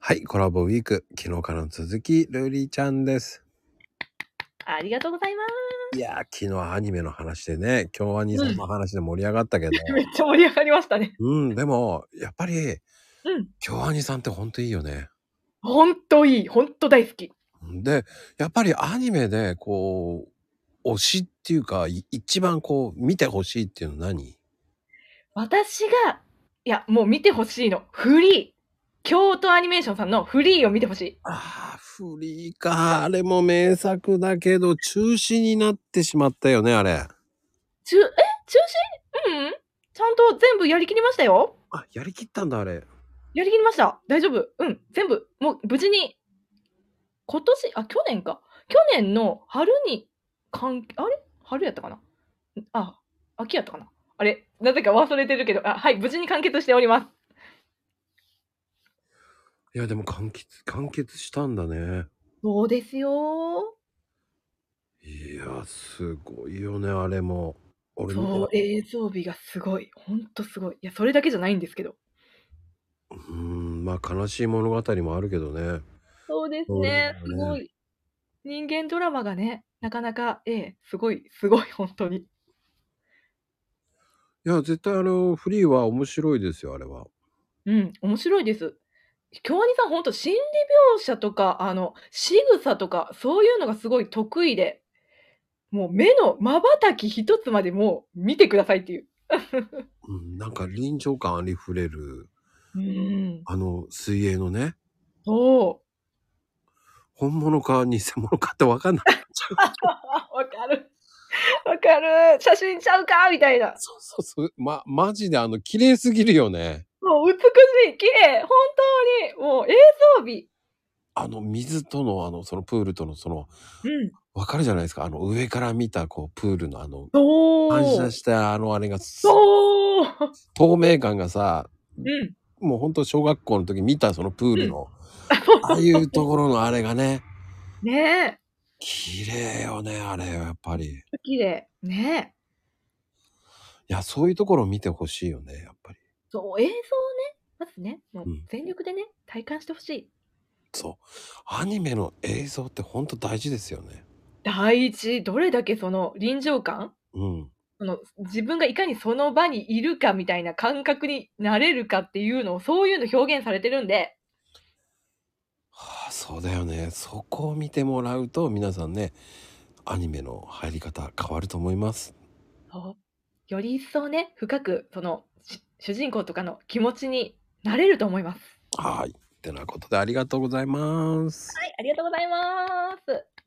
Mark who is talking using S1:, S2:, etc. S1: はい、コラボウィーク、昨日からの続き、ルリちゃんです。
S2: ありがとうございま
S1: いやー、昨日はアニメの話でね、今日は兄さんの話で盛り上がったけど、
S2: す。めっちゃ盛り上がりましたね。
S1: うん、でも、やっぱり、
S2: うん。
S1: 京アニさんってほんといいよね。
S2: ほんといい。ほんと大好き。
S1: で、やっぱりアニメで、こう、推しっていうか、い一番こう、見てほしいっていうのは何
S2: 私が、いや、もう見てほしいの。フリー。京都アニメーションさんのフリーを見てほしい。
S1: ああ、フリーか。あれも名作だけど、中止になってしまったよね、あれ。
S2: 中、え中止うんうん。ちゃんと全部やりきりましたよ。
S1: あ、やりきったんだ、あれ。
S2: やりきりました。大丈夫。うん。全部。もう無事に、今年、あ、去年か。去年の春に関係、あれ春やったかなあ、秋やったかなあれなぜか忘れてるけど、あ、はい、無事に完結しております。
S1: いや、でも完結、完結したんだね。
S2: そうですよ。
S1: いや、すごいよね、あれも。俺
S2: そ
S1: も
S2: う、。映像美がすごい。ほんとすごい。いや、それだけじゃないんですけど。
S1: うん、まあ、悲しい物語もあるけどね。
S2: そうです
S1: そうだよ
S2: ね
S1: ね。
S2: すごい。人間ドラマがね、なかなか、ええ、すごい、すごい、本当に。
S1: いや、絶対あの、フリーは面白いですよ、あれは。
S2: うん、面白いです。京アニさん、ほんと心理描写とか、あの、仕草とか、そういうのがすごい得意で、もう目の瞬き一つまでもう見てくださいっていう。
S1: うん、なんか臨場感ありふれる、
S2: うん。
S1: あの、水泳のね、
S2: そう。
S1: 本物か偽物かってわかんない。
S2: あわかる。わかる。写真ちゃうかみたいな。
S1: そうそうそう。ま、マジであの、綺麗すぎるよね。
S2: もう美しい、綺麗、本当に、もう映像美。
S1: あの、水との、あの、そのプールとの、その、
S2: うん。
S1: わかるじゃないですか。あの、上から見た、こう、プールのあの、
S2: そ
S1: 反射
S2: う。
S1: した、あの、あれが、
S2: そう。
S1: 透明感がさ、
S2: うん。
S1: もうほんと小学校の時見た、そのプールの、
S2: そう
S1: ああいうところのあれがね、
S2: ね
S1: 綺麗よね、あれ、やっぱり。い
S2: え。綺麗。ねえ。
S1: や、そういうところを見てほしいよね、やっぱり。
S2: そう、映像をね、まずね、もう
S1: うん
S2: 全力でね、体感してほしい。
S1: そう。アニメの映像ってほんと大事ですよね。
S2: 第一、どれだけその臨場感
S1: うん。
S2: その自分がいかにその場にいるかみたいな感覚になれるかっていうのを、そういうの表現されてるんで、
S1: はあ、そうだよね。そこを見てもらうと、皆さんね、アニメの入り方変わると思います。
S2: そうより一層ね深くそのし主人公とかの気持ちになれると思います。
S1: はい。ってなことでありがとうございます。
S2: はい、ありがとうございます。